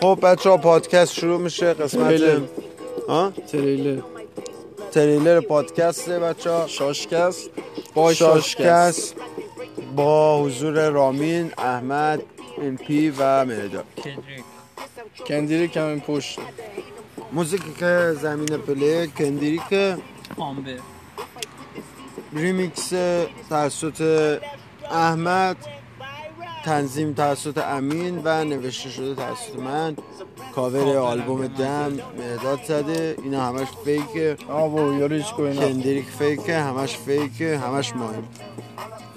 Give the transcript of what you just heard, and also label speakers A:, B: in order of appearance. A: خب بچه ها پادکست شروع میشه قسمت
B: تریلر.
A: ها؟
B: تریلر
A: تریلر پادکسته بچه ها
B: شاشکست با
A: شاشکست با حضور رامین احمد امپی و مهداد
B: کندیری کم این پشت
A: موزیکی که زمین پلی کندریک
C: آمبر
A: ریمیکس توسط احمد تنظیم توسط امین و نوشته شده توسط من کاور آلبوم دم مهداد زده اینا همش فیکه
B: آبا یارو هیچ کوی نه
A: کندریک فیکه همش فیکه همش مهم